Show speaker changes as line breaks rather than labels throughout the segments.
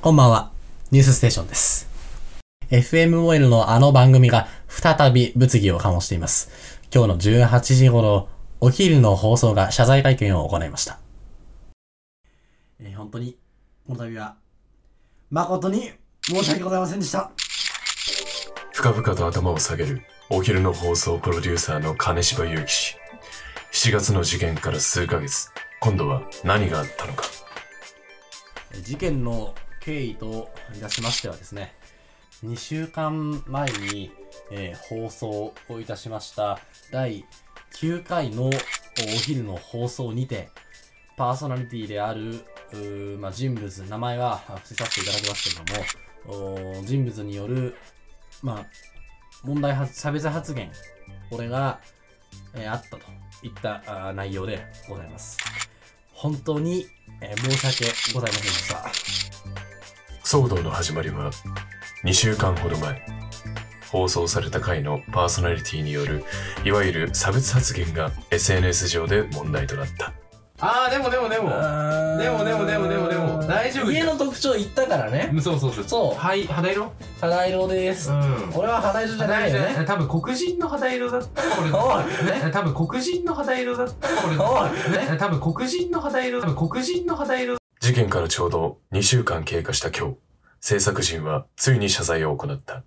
こんばんは。ニュースステーションです。FMOL のあの番組が再び物議を醸しています。今日の18時頃、お昼の放送が謝罪会見を行いました。えー本当に、この度は、誠に申し訳ございませんでした。
深々と頭を下げるお昼の放送プロデューサーの金柴祐樹氏7月の事件から数ヶ月今度は何があったのか
事件の経緯といたしましてはですね、2週間前に、えー放送をいたしました第9回のお昼の放送にて、パーソナリティである、うーまあ、人物、名前はあ伏せさせていただきますけれども、おー人物による、まあ、問題発、差別発言、これが、えーあったといったあー内容でございます。本当に、えー申し訳ございませんでした。
騒動の始まりは2週間ほど前放送された回のパーソナリティによるいわゆる差別発言が SNS 上で問題となった
あーでもでもでもでもでもでもでもでも大丈夫じ
家
ゃん
の特徴言ったからね
うんそうそうそう
そう
はい肌色
肌色です、
ん
俺は肌色じゃな
肌
いよ
色じゃ
ね
ない多分黒人の肌色だったら俺
お
ね多分黒人の肌色だったら俺
お
ね多分黒人の肌色多分黒人の肌色
事件からちょうど2週間経過した今日制作陣はついに謝罪を行った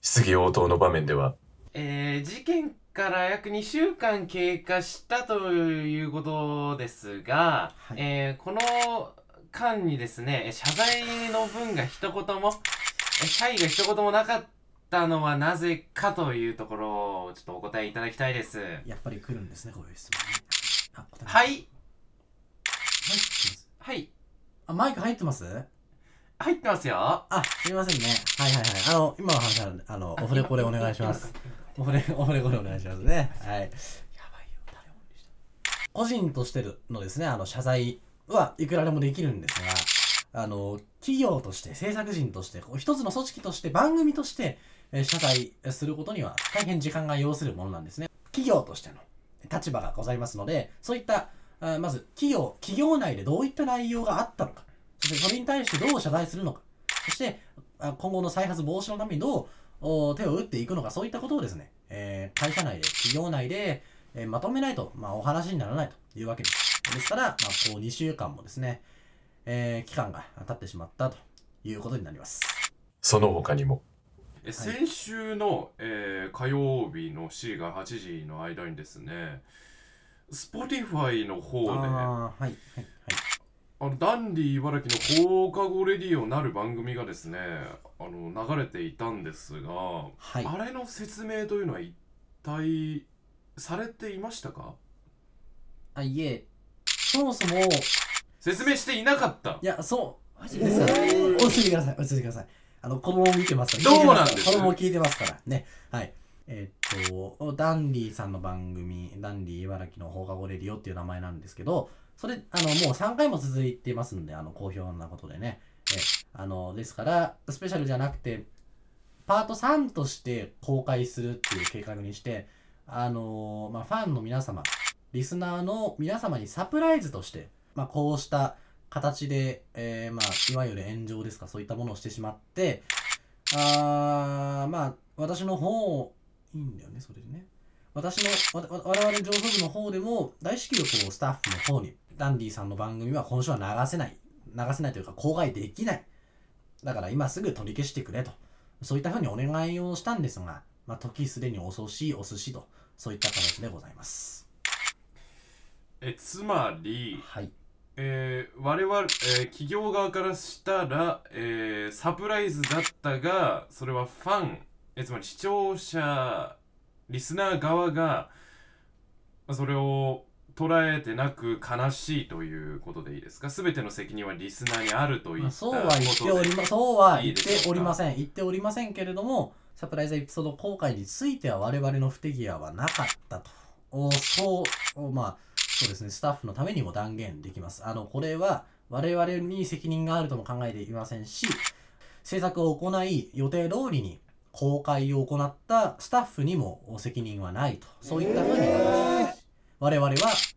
質疑応答の場面では
えー、事件から約2週間経過したということですが、
はい
えーこの間にですね、え謝罪の文が一言も、え謝意が一言もなかったのはなぜかというところをちょっとお答えいただきたいです。
やっぱり来るんですねこういう質問ねあい
はい、
入ってます
はい、
あマイク入ってます
入ってますよ。
あすみませんねはいはいはいあの今の話なんであのオフレコでお願いします。オフレオフレコ でお願いしますねはいやばいよ誰もでした個人としてのですねあの謝罪はいくらでもできるんですがあの企業として制作人としてこう一つの組織として番組としてえー謝罪することには大変時間が要するものなんですね。企業としての立場がございますので、そういった、あーまず企業、企業内でどういった内容があったのか、そしてそれに対してどう謝罪するのか、そしてあ今後の再発防止のためにどうお手を打っていくのか、そういったことをですね、えー会社内で、企業内で、えーまとめないと、まあ、お話にならないというわけです。ですから、まあ、こう2週間もですね、えー期間が経ってしまったということになります。
その他にも
え先週の、えー火曜日の7時から8時の間にですね Spotify の方であ
あーはい、はい、はい。
のダンディ茨城の放課後レディオなる番組がですねあの流れていたんですが、
はい
あれの説明というのは一体されていましたか
あ、いえ、そもそも、い
説明していなかった
や、そう、
マ
落
ジ
ち
ですか
着いてください、落ち着いてください。あの、子供を見てますから、
どうなんです
聞いてますから子供を聞いてますから、ね。はい。えっと、ダンディさんの番組、ダンディ茨城の放課後レディオっていう名前なんですけど、それ、あの、もう3回も続いてますんで、あの、好評なことでね。え、あの、ですから、スペシャルじゃなくて、パート3として公開するっていう計画にして、あのまあ、ファンの皆様、リスナーの皆様にサプライズとして、まあ、こうした形で、えーまあ、いわゆる炎上ですか、そういったものをしてしまって、あーまあ、私の方、いいんだよね、それでね。私の、わわ我々上層部の方でも、大至急こう、スタッフの方に、ダンディさんの番組は今週は流せない。流せないというか、公開できない。だから今すぐ取り消してくれと。そういったふうにお願いをしたんですが、まあ、時すでに遅し、お寿司と、そういった形でございます。
えつまり、
はい。
えー我々、えー企業側からしたら、えーサプライズだったがそれはファン、えーつまり視聴者リスナー側がまあそれを捉えてなく悲しいということでいいですか全ての責任はリスナーにあるといっ
まあ、
た
そ
こと
う
で、
は言っておりま、そうは言っ
いいでしてょ
お
うか
りません。言っておりませんけれども、サプライズエピソード公開については我々の不手際はなかったと。おそう、おまあ、そうですね、スタッフのためにも断言できます。あの、これは我々に責任があるとも考えていませんし、制作を行い、予定通りに公開を行ったスタッフにも責任はないと。そういったふうに我々は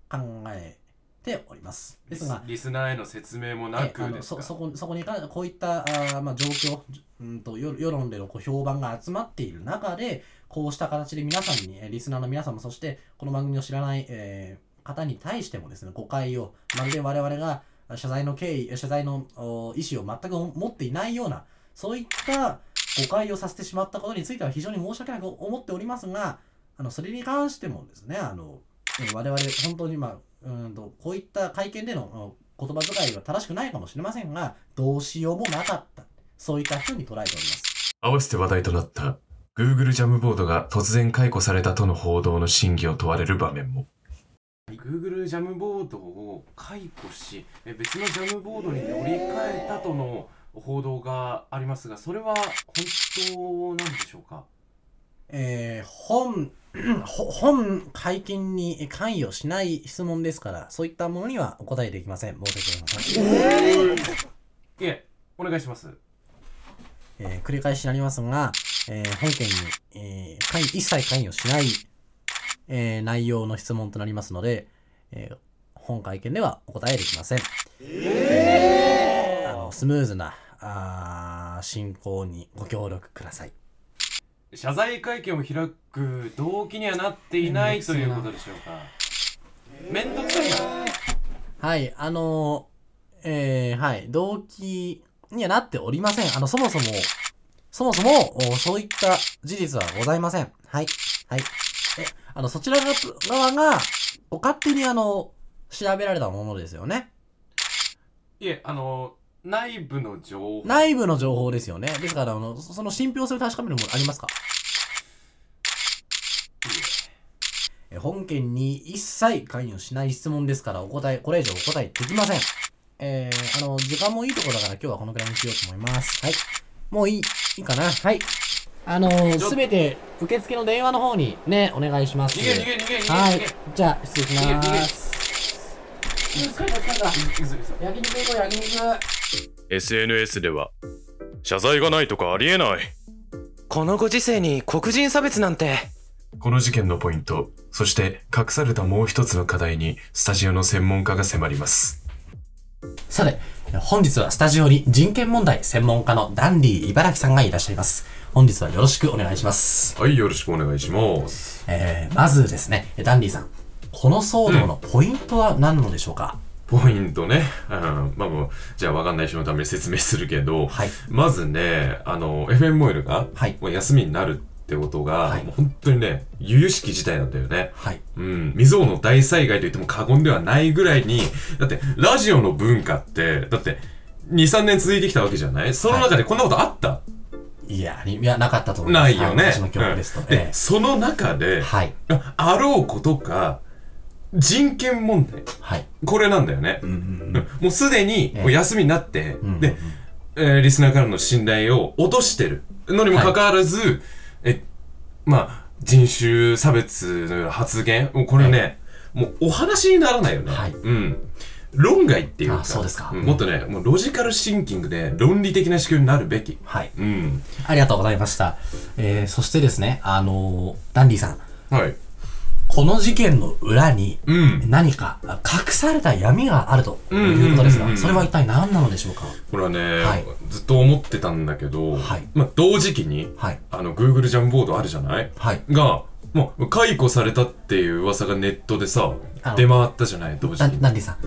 考えております。で
リ
す
ス
が、
リスナーへの説明もな
ええあ
く
の
です
そ
か
そこそこに関こういったあー、まあ、状況、うん、と世世論でのこう評判が集まっている中でこうした形で皆さんにえーリスナーの皆さんもそしてこの番組を知らない、えー方に対してもですね誤解をまるで我々があ謝罪の経緯謝罪のお意思を全く持っていないようなそういった誤解をさせてしまったことについては非常に申し訳なく思っておりますがあのそれに関してもですねあのえー我々本当に、まあ、うーんとこういった会見でのうん言葉遣いは正しくないかもしれませんがどうしようもなかったそういったふうに捉えております
合わせて話題となった Google ジャムボードが突然解雇されたとの報道の真偽を問われる場面も
Google ジャムボードを解雇しえ別のジャムボードに乗り換えたとの報道がありますがそれは本当なんでしょうか
えー本 ほ本会見に関与しない質問ですからそういったものにはお答えできません申し訳ありません
いえお願いします
えー繰り返しになりますが、えー本件に、えー関一切関与しない、えー内容の質問となりますので、えー本会見ではお答えできません。あのスムーズなあー進行にご協力ください。
謝罪会見を開く動機にはなっていないということでしょうか面倒くさいな
はい、あのーえーはい、動機にはなっておりません。あの、そもそも、そもそも、おそういった事実はございません。はい、はい。え、あの、そちらが側が、お勝手にあの、調べられたものですよね。
いえあの内部の情報
内部の情報ですよね。ですから、あの、そその信憑性を確かめるものありますかえ本件に一切関与しない質問ですから、お答え、これ以上お答えできません。えー、あの、時間もいいとこだから今日はこのくらいにしようと思います。はい。もういい、いいかなはい。あの
ちょ
すべて受付の電話の方にね、お願いします。
逃げ逃げ逃げ逃げ
は
逃
い
げ。
じゃあ、失礼し
逃げ逃げ
ます。疲れた疲れ
嘘嘘
た。焼肉行こう、焼肉。
SNS では謝罪がないとかありえない
このご時世に黒人差別なんて
この事件のポイントそして隠されたもう一つの課題にスタジオの専門家が迫ります
さて、本日はスタジオに人権問題専門家のダンディ茨城さんがいらっしゃいます。本日はよろしくお願いします。
はいよろしくお願いします
えー、まずですね、ダンディさん、この騒動のポイントは何なのでしょうか、
ポイントね、うん、まあもうじゃあわかんない人のために説明するけど
はい。
まずねあの FM モイルが
はい。
もう休みになるってことが、
はい
もう本当にね由々しき事態なんだよね
はい。
うん、未曾有の大災害と言っても過言ではないぐらいに、だって、ラジオの文化って、だって、2、3年続いてきたわけじゃないその中でこんなことあった、
いや、ありいや、なかったと思いま
な
す。
いよね。
はい私の記憶ですと。
うん
え
で、その中
え
で、
はい。
ああろうことか、人権問題。
はい。
これなんだよね。
うんうん
うんもうすでに
ええ
もう休みになって、
うん。
で、えーリスナーからの信頼を落としてるのにもかかわらず、え、まあ、人種差別のような発言、もうこれね、もうお話にならないよね。
はい
うん。論外っていうか
あそうですか
んもっとね、もうロジカルシンキングで論理的な思考になるべき。
はい。
うん。
ありがとうございました。えー、そしてですね、あのーダンディさん、
はい。
この事件の裏に、
うん。
何かあ隠された闇があるということです
うんうん
が、
うんうん
それは一体何なのでしょうか
これはね、
はい
ずっと思ってたんだけど、
はい
まあ、同時期に、
はい。
あの、Google ジャムボードあるじゃない
はい。
が、もう解雇されたっていう噂がネットでさ
あの、
出回ったじゃない同時
な
に。
ダンディさん、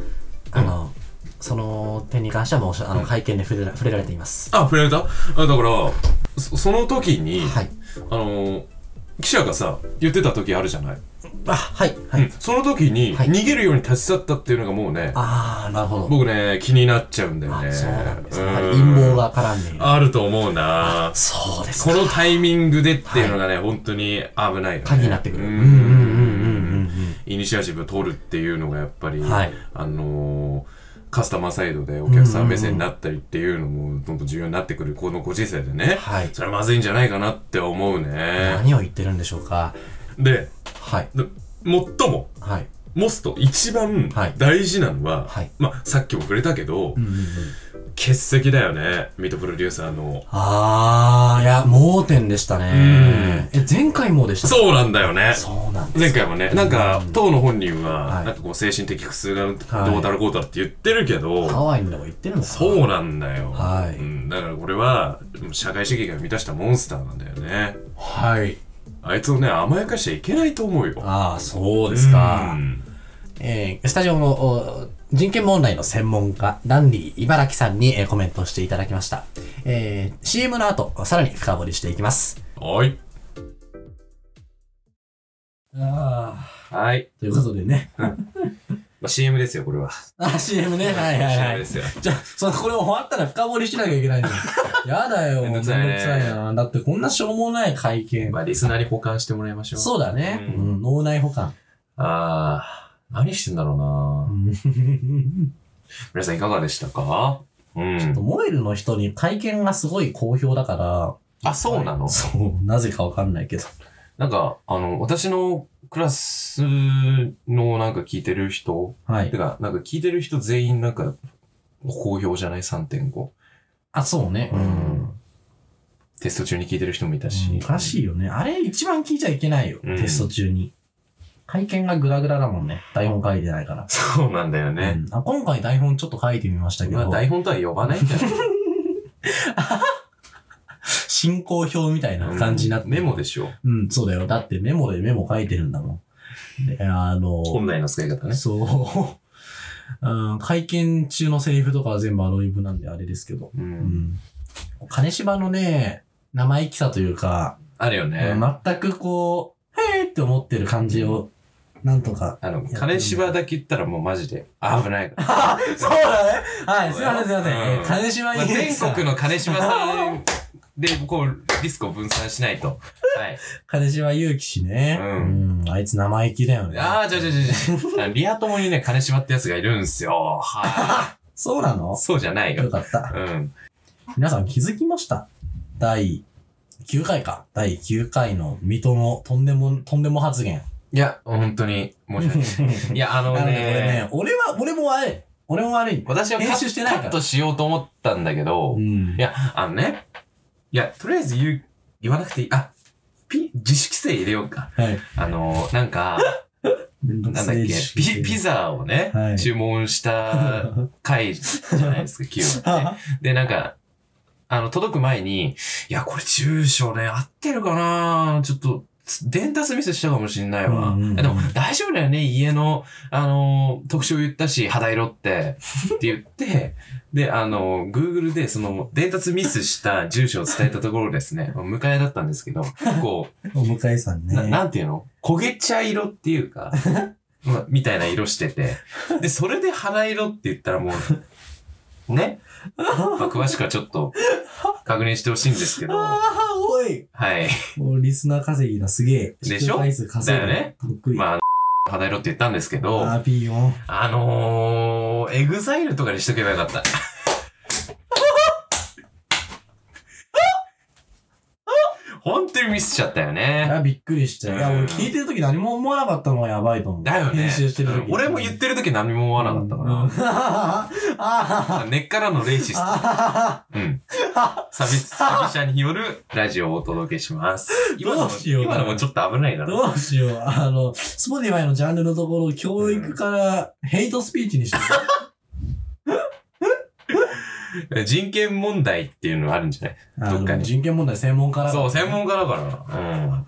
あの、その点に関してはもうしあの会見で触れら触れられています。
あ、触れたあだから、そその時に、
はい。
あのー記者がさ、言ってた時あるじゃない、
あ、はい。はい。
うんその時に、
はい
逃げるように立ち去ったっていうのがもうね、
ああ、なるほど。
僕ね、気になっちゃうんだよ
あ
ね。
そうなんですね。
う
や
ん
はり陰謀が絡んでいる。
あると思うな
そうです
こ
か。
のタイミングでっていうのがね、本当に危ないよね。
鍵になってくる。
う
うんんうんうんうん
イニシアチブ取るっていうのがやっぱり、
うんうん。はい。
あのーカスタマーサイドでお客さん目線になったりっていうのもどんどん重要になってくるこのご時世でね
はい。
それはまずいんじゃないかなって思うね
何を言ってるんでしょうか。
で
はい。
で最も
はい。
モスト一番
はい
大事なのは、
はい
まあさっきも触れたけど、
うんうんうん
欠席だよねミートプロデューサーの
あー、いや、盲点でしたね。え、前回もでした
そうなんだよね
そうなんです
前
よ
回もねなんか
うん
当の本人
は
はいなんかこう精神的苦痛がどう
はい
だろうこうだって言ってるけ
ハ
ど
ワイのとこ行ってるのかな
そうなんだよ
はい
うんだからこれは社会主義が生み出したモンスターなんだよね
はい。
あいつをね甘やかしちゃいけないと思うよ
ああ、そうですか。
うん
えースタジオのお人権問題の専門家、ダンディ茨城さんに、えーコメントしていただきました。えー CM の後、さらに深掘りしていきます。
はい
ああ。
はい
ということでね。
まあ CM ですよこれは
あ、CM ね。はいはいは
CM で
い。
すよ
じゃあ、その、これ終わったら深掘りしなきゃいけ ないんだよ。やだよ。
め
め
ん
んど
どく
く
さいね
さいな。だってこんなしょうもない会見
ま。あリスナーに保管してもらいましょう
そうだね。
う
うんん、脳内保管。
ああ何してんだろ うな皆さんいかがでしたかうん
モエルの人に会見がすごい好評だか
あそうなの
ら、そう、なぜかわかんないけど。
なんか、あの、私のクラスのなんか聞いてる人、
はい
て。か、なんか聞いてる人全員なんか、好評じゃない ?3.5。
あ、そうね。うん。
テスト中に聞いてる人もいた
うん
し。
おかしいよね。あれ一番聞いちゃいけないよ。
うん
テスト中に。会見がグラグラだもんね。台本書いてないから。
そうなんだよね。
うんあ今回台本ちょっと書いてみましたけ
まあ
ど、
台本とは呼ばないんだよね。
進行表みたいな
うん
感じになって。
メモでしょ。
うん、そうだよ。だってメモでメモ書いてるんだもん。であの、
本来の使い方ね。
そう。 うん、会見中のセリフとかは全部アドリブなんであれですけど。
う。
うんん。金芝のね、生意気さというか、
あるよね。
全くこう、へーって思ってる感じを、なんとか
あの、金芝だけ言ったらもうマジで危ないから。
そうだね。はい、すいません、すいません。
うん
えー金島
まあ
に、
全国の金芝さんで、こう、リスクを分散しないと。 はい。
金島祐希氏ね。
う
うん。あいつ生意気だよね。
ああ、じゃじゃじゃじゃリア友にね、金縛ってやつがいるんすよ。は。
そうないの
そうじゃない
よ
よ。
かった。
うん。
皆さん気づきました第9回か。第9回の水戸のとんでも、とんでも発言。
いや、本当に、申し訳な い。いや、あの
な
ね
ので、これね、俺は、俺も悪い。俺も悪い。
私はカ
編集して
ッ
ない
カ
から
ットしようと思ったんだけど
う、ん
い。や、あのね、いや、とりあえず言う、言わなくていい。あ、ピ、自主規制入れようか。
はい。
あの、なんか、
めんどく
なん
せ
だっけ
え、
ピ、ピ
ザ。
ザをね
は、い
注文した回じゃないですか、9はね。 で、なんか、あの、届く前に、いや、これ住所ね、合ってるかなちょっと、つ伝達ミスしたかもしんないわ。
うんうんうん
でも、大丈夫だよね、家の、あのー特徴言ったし、肌色って、って言って、で、あのー、Google で、その、伝達ミスした住所を伝えたところで すね、迎えだったんですけど、こ
お迎えさん
う、な
ね。
なんていうの焦げ茶色ってい うか、まみたいな色してて、で、それで肌色って言ったらもう、ね、まあ、詳しくはちょっと確認してほしいんですけど、は
あー、おい
い。
もうリスナー稼ぎだ、すげえ。
でし
視
ょ
聴回数稼い
だよね。
得意。
まああの、肌色って言ったんですけど、
あー、ピーヨン。
あのー、エグザイルとかにしとけばよかった。本当にミスしちゃったよ
い
ね。
や、びっくりしちゃう。いや、
うん
俺聞いてる時何も思わなかったのがやばいと思う。
だよね。
編集してる時。
俺も言ってる時何も思わなかったか
うん
ら。
あはは
根っからのレイシス
あはは
ト。うん。寂し、寂しさによるラジオをお届けします。今のも
どうしようか
今
な
のもちょっと危ないだろ。
どうしよう。あの、スポティファイのジャンルのところ、教育からヘイトスピーチにしてる。
人権問題っていうのがあるんじゃな
あ
い どっかに
の人権問題専門家だから
そう、専門家だから。うん。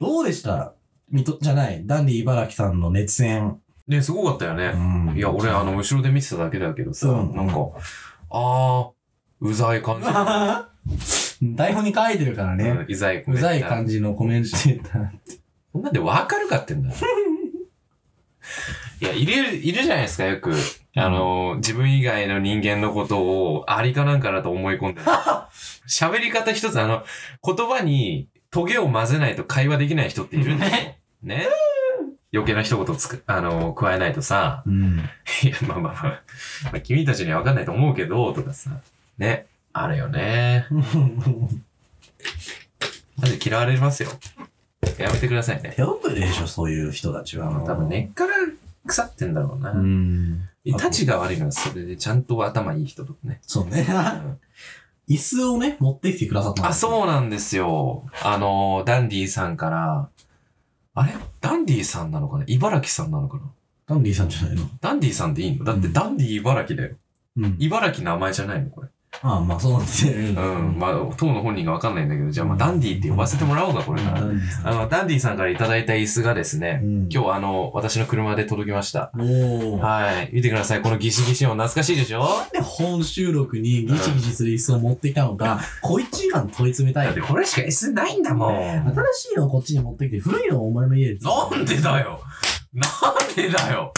どうでしたみと、じゃない、ダンディ茨城さんの熱演。
ね、すごかったよね。
ん
いや、俺、あの、後ろで見てただけだけどさ、
うん
なんか、あー、うざい感じ。
台本に書いてるから
うん
ね。
うざい、
うざい感
じ。
じのコメントしてた。
こんなんでわかるかってんだ。いや、いる、いるじゃないですか、よく。あの、自分以外の人間のことを、ありかなんかなと思い 込んでる。喋り方一つ、あの、言葉に、トゲを混ぜないと会話できない人っているんでしょ。ね。余計な一言つく、あの、加えないとさ。
うん。
いや、まあまあまあ、まあ、君たちには分かんないと思うけど、とかさ、ね、あるよね。 マジ嫌われますよ。やめてくださいね。
手遅れでしょ、そういう人たちは。
多分根っから
腐ってんだろうな。
ん。
たちが悪いのはそれで、ちゃんと頭いい人とかね。
そうね。椅子をね、持ってきてくださった
あ、
う
そうなんですよ。あの、ダンディさんから、あれダンディさんなのかな茨城さんなのかな
ダンディさんじゃないの
ダンディさんでいいのだって
うん
ダンディ茨城だよ。
うん。
茨城の名前じゃないのこれ。
ああ、まあそうなんですね。
うん。まあ、当の本人がわかんないんだけど、じゃあまあダンディって呼ばせてもらおうか、これか
ダ
ら。
ンディさ
あ
ん
の、ダンディさんからいただいた椅子がですね、
うん
今日あの、私の車で届きました。
おお。
はい。見てください。このギシギシ音懐かしいでしょ
で本収録にギチギチする椅子を持ってきたのか、小一時間問い詰めたい
だってこれしか椅子ないんだもん。
新しいのをこっちに持ってきて、古いのをお前の家で。
なんでだよなんでだよ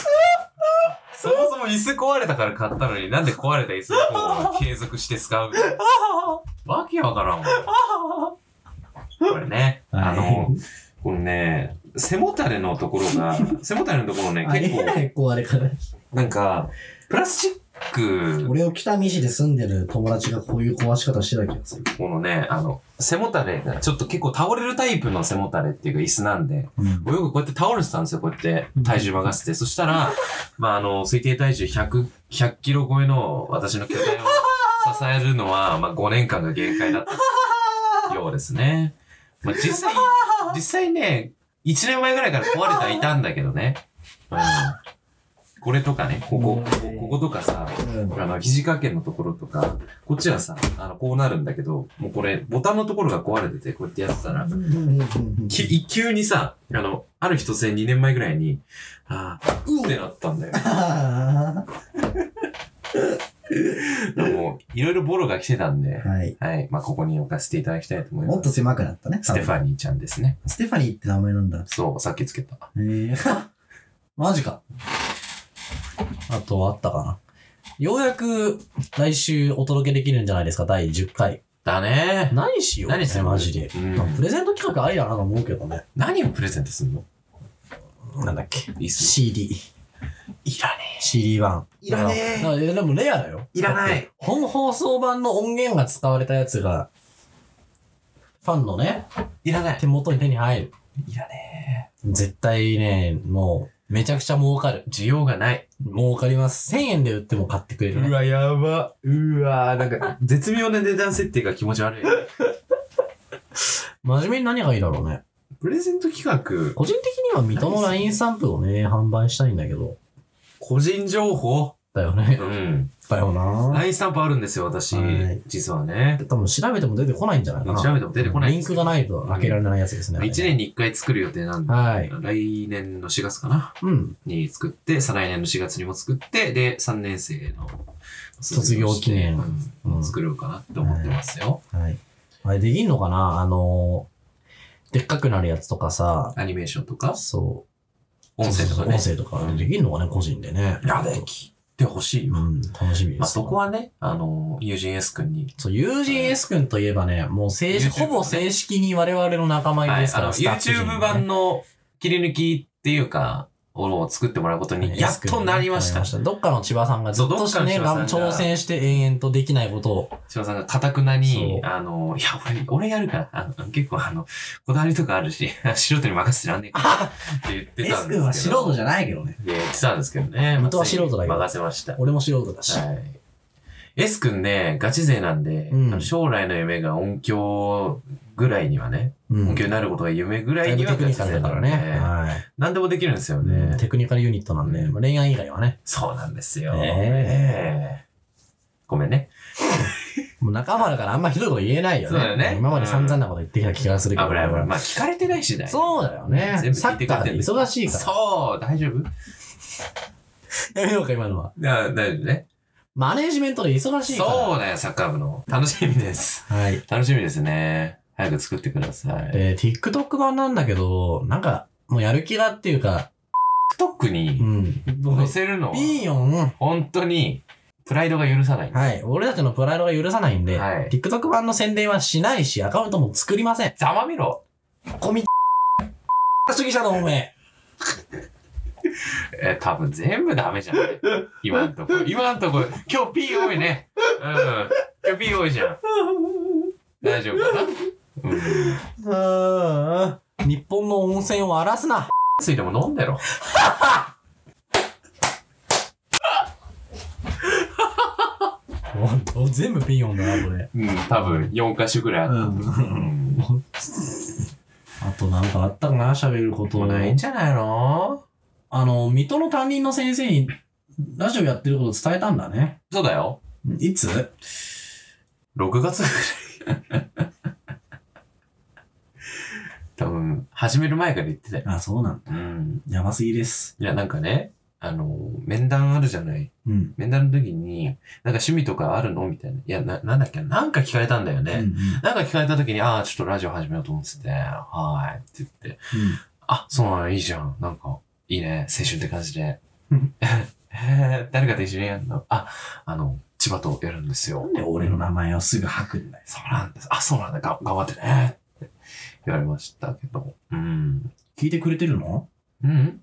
そもそも椅子壊れたから買ったのになんで壊れた椅子をこう継続して使うのわけわからんわ。これね、
はい
あの、このね、背もたれのところが、背もたれのところね、
あり
結
え
構
な、い壊れ方。
なんか、プラスチック、
俺を北見市で住んでる友達がこういう壊し方してた気がする。
このね、あの、背もたれが、ちょっと結構倒れるタイプの背もたれっていうか椅子なんで、
うん。
よくこうやって倒れてたんですよ、こうやって体重任せて。そした ら、まあ、あの、推定体重100、100キロ超えの私の巨体を支えるの は、まあ、5年間が限界だったようです ね。まあ、実際、実際ね、1年前ぐらいから壊れてはいたんだけどね。うん。これとかね、ここ、こここことかさ、
うん
あの、肘掛けのところとか、こっちはさ、あの、こうなるんだけど、もうこれ、ボタンのところが壊れてて、こうやってやってたら、き一級にさ、あの、ある日突然2年前ぐらいに、ああ、うーってなったん だよ。
あ
もう、いろいろボロが来てたんで
ー、はい。
はい。まあ、ここに置かせていただきたいと思います。
もっと狭くなったね。
ステファニーちゃんですね。
ステファニーって名前なんだ。
そう、さっきつけた。
えー、 マジか。あとあったかな。ようやく来週お届けできるんじゃないですか、第10回。
だね
何しよう、ね、
何する
マジで。
うん
プレゼント企画ありだなと思うけどね。
何をプレゼントするの
なんだっけ。
いいっす
CD。いらねえ。CD 版。
いらねえ
だから。だからでもレアだよ。
いらない
だって。本放送版の音源が使われたやつが、ファンのね、
いらない。
手元に手に入る。
いらね
絶対ね、もう、めちゃくちゃ儲かる
え。。需要がない。
儲かります。1000円で売っても買ってくれる、ね。
わ、やば。うわ、なんか、絶妙な値段設定が気持ち悪い。
真面目に何がいいだろうね。
プレゼント企画、
個人的には水戸の LINE スタンプをね、販売したいんだけど。
個人情報
だよね
う。ん。
だよな
LINE スタンプあるんですよ、私
はい。
実はね。
多分調べても出てこないんじゃないかな。
調べても出てこない
リンクがないと開けられないやつですね。あれね
1年に1回作る予定なんで、
はい。
来年の4月かな
うん。
に作って、再来年の4月にも作って、で、3年生の
卒業記念
卒業して
う
うんん作ろうかなって思ってますよ。
はい。あれできんのかなあのー、でっかくなるやつとかさ、
アニメーションとか、
そ
音
う。
声とかね
音。声とかできんのかね個人でね。
いや、できてほしいよ
う。ん、楽しみです。
まあ、そこはね、あの、友人 S 君に、
そう、友人 S 君といえばね、もう正式、
YouTube
ほぼ正式に我々の仲間入り
はい、
ですか
あ
ら、
の、
スタッフ陣にね
YouTube 版の切り抜きっていうか、を作ってもらうことに、やっとなりました。
ねどっかの千葉さんがずっ
そう
と
どっかの
ね、
千葉さんが
挑戦して延々とできないことを。
千葉さんがかたくなに
そ、
あの、いや、俺、俺やるから、あの結構あの、こだわりとかあるし、 素人に任せてらんねえから、って言ってたんですけど。
ゃないけどね。
で、言ってたんですけどね。
元は素人だけど
任せました。は
俺も素人だし。
い。S 君ね、ガチ勢なんで、
うん
あの将来の夢が音響ぐらいにはね、
うん
音響になることが夢ぐら
だい
い
ぶ
には
テク
ガ
ニ
チ
カル
勢
だ
だ
か
からら
ね。
ね。
はい
何でもできるんですよ
う
ね
ん。テクニカルユニットなんで、
うん
まあ恋愛以外はね。
そうなんですよ。
え
ええごめんね。
もう仲間だからあんまひどいこと言えないよね。
そうだよね
今まで散々なこと言ってきた気がする
危
けど。
ない危ない。まあ聞かれてないしね。
そうだよね。
全部
サ
聞い
ッ
て
カ
くれ
ーで
てる
忙しい か
そう、大丈夫
ら。やめようか、今 のは。
あ大丈夫ね。
マネージメントで忙しいから。
そうだよ、サッカー部の。楽しみです。
はい。
楽しみですね。早く作ってください。
で、TikTok 版なんだけど、なんか、もうやる気がっていうか、
TikTok
う
に
ん。
載せるのは、
ピーヨン、
本当に、プライドが許さない。
はい。俺たちのプライドが許さないんで、
はい
TikTok 版の宣伝はしないし、アカウントも作りません。
ざまみろ。
コミ、主義者のおめ
え、多分全部ダメじゃ ない今んとこ。今んとこ、今日 P 多いね。うん。今日 P 多いじゃん。大丈夫かなうん。
日本の温泉を荒らすな。
ついでも飲んでろ。
本当全部ピン読んだな、これ。
うん、多分4箇所ぐらいあった。うん。
あとなんかあったかな、喋ること。
じゃないの
あの、水戸の担任の先生に、ラジオやってること伝えたんだね。
そうだよ。
いつ
6月ぐらい。多分、始める前から言ってたよ。
あ、そうなんだ。
うん。
やばすぎです。
いや、なんかね、あの、面談あるじゃない。
うん。
面談の時に、なんか趣味とかあるのみたいな。いや、な、なんだっけなんか聞かれたんだよね。
うんうん
なんか聞かれた時に、ああ、ちょっとラジオ始めようと思ってて、はーいって言って、あ、そうなの、いいじゃん。なんか、いいね、青春って感じで
うん。
えー誰かと一緒にやるのあ、あの、千葉とやるんですよ
なん。で俺の名前をすぐ吐くんだよ。
そうなんです。あ、そうなんだ。が頑張ってね。って言われましたけど。うん。
聞いてくれてるの
うん。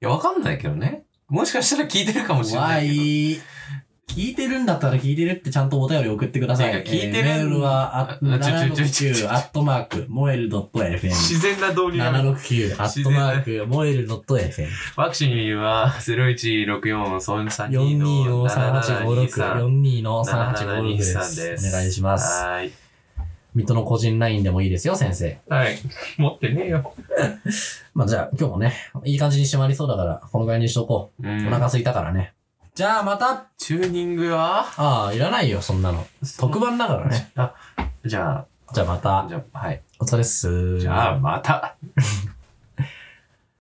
いや、わかんないけどね。もしかしたら聞いてるかもしれ
怖
ないけど。
い。聞いてるんだったら聞いてるってちゃんとお便り送ってください。
いや聞いてる
えーメールは、あ
あちょちょちょち
769
ょ
アットマーク、モエル .fm。
自然な導入が
769アットマーク、モエル .fm。
ワクチンは01643324
42
の
の3856、
7723
42の3856です。お願いします。
はい。
水戸の個人ラインでもいいですよ、先生。
はい。持ってねえよ。
まあじゃあ今日もね、いい感じに締まりそうだから、このぐらいにしとこう。
う
お
ん。
腹空いたからね。じゃあまた
チューニングは
ああ、いらないよ、そんなの。特番だからね。
じゃ
じゃあまた
あ、。じゃあ、はい。
お疲れっす。
じゃあ、また。